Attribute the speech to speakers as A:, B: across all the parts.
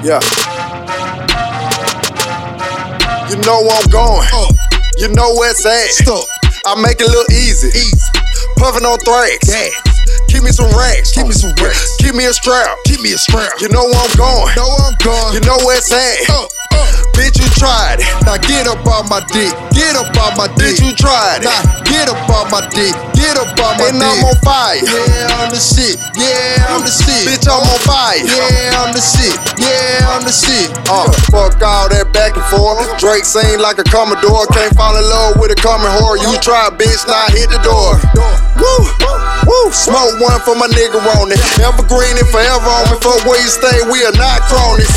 A: Yeah. You know where I'm going.
B: Up,
A: You know where it's at.
B: Uh. stuck,
A: I make it look easy.
B: easy,
A: Puffin' on thrax.
B: gas.
A: Give me some racks.
B: Give me some rest.
A: Give me a strap.
B: Give me a strap.
A: You know where I'm going.
B: know I'm Uh. gone.
A: You know where it's at.
B: up, up.
A: Bitch, you tried it.
B: Now get up on my dick. Get up on my dick.
A: Bitch, you tried
B: Now
A: it.
B: get up on my dick. Get up on my
A: And
B: dick.
A: I'm on fire.
B: yeah, I'm the shit. Yeah, I'm the shit.
A: Bitch, I'm on fire.
B: Yeah, I'm the shit. Yeah, I'm the shit.
A: Uh, fuck all that back and forth. Drake sing like a Commodore. Can't fall in love with a coming whore. You try, bitch, now hit the door. Woo, woo. Smoke one for my nigga on it. Evergreen and forever on me. Fuck where you stay, we are not cronies.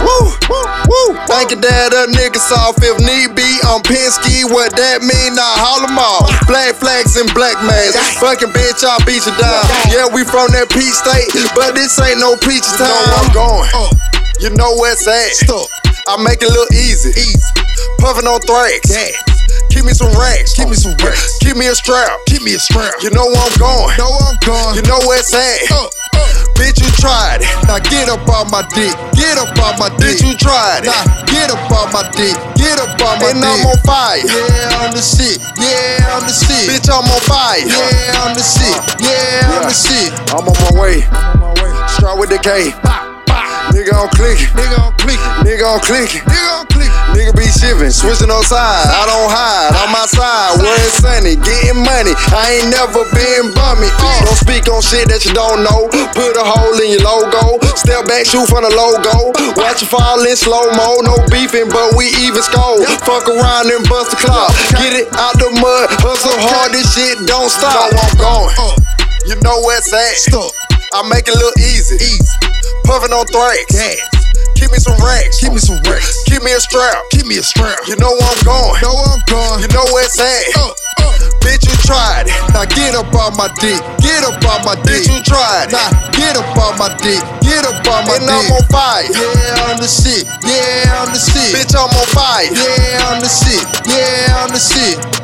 A: Woo, woo. Thank you, dad, a nigga soft if need be. I'm Penske, what that mean? I haul 'em all. Black flags and black masks. Fucking bitch, I'll beat you down. Yeah, we from that peach state, but this ain't no peach
B: You
A: time.
B: know where I'm
A: going.
B: Up,
A: You know where it's at.
B: stuck,
A: I make it look easy.
B: easy,
A: Puffin' on thrax.
B: gas.
A: Give me some racks.
B: Give me some rest.
A: Give me a strap.
B: Give me a strap. Uh.
A: You know where I'm going.
B: know I'm gone.
A: You know where it's at.
B: up, up.
A: Bitch, you tried it.
B: Now get up on my dick. Get up on my dick.
A: Bitch, you tried
B: Nah,
A: it.
B: get up on my dick. Get up on my
A: And
B: dick.
A: I'm on fire.
B: yeah, I'm the shit. Yeah, I'm the shit.
A: Bitch, I'm on fire.
B: Yeah, I'm the shit. Yeah, I'm the shit.
A: I'm on my way.
B: I'm on my way.
A: Start with the K.
B: Bah, bah.
A: Nigga, I'm clicking.
B: Nigga, I'm clicking.
A: Nigga, I'm clicking.
B: Nigga, I'm clicking.
A: Nigga be shivin', switching on sides. I don't hide, I'm outside, where it's sunny, getting money. I ain't never been bummy. Uh, don't speak on shit that you don't know. Put a hole in your logo. Step back, shoot from the logo. Watch you fall in slow mo. No beefing, but we even score. Fuck around and bust the clock. Get it out the mud, hustle hard, this shit don't stop. Know I'm going,
B: Up,
A: you know where it's at.
B: Uh. stuck,
A: I make it look easy.
B: easy,
A: Puffin' on thrax.
B: gas.
A: Give me some racks.
B: Give me some rest.
A: Give me a strap.
B: Give me a strap.
A: You know where I'm going.
B: know I'm gone.
A: You know where it's at.
B: up, up.
A: Bitch, you tried it.
B: Now get up on my dick. Get up on my dick.
A: Bitch, you tried it.
B: Nah, get up on my dick. Get up on my
A: And
B: dick.
A: I'm on fire.
B: yeah, I'm the shit. Yeah, I'm the shit.
A: Bitch, I'm on fire.
B: Yeah, I'm the shit. Yeah, I'm the shit.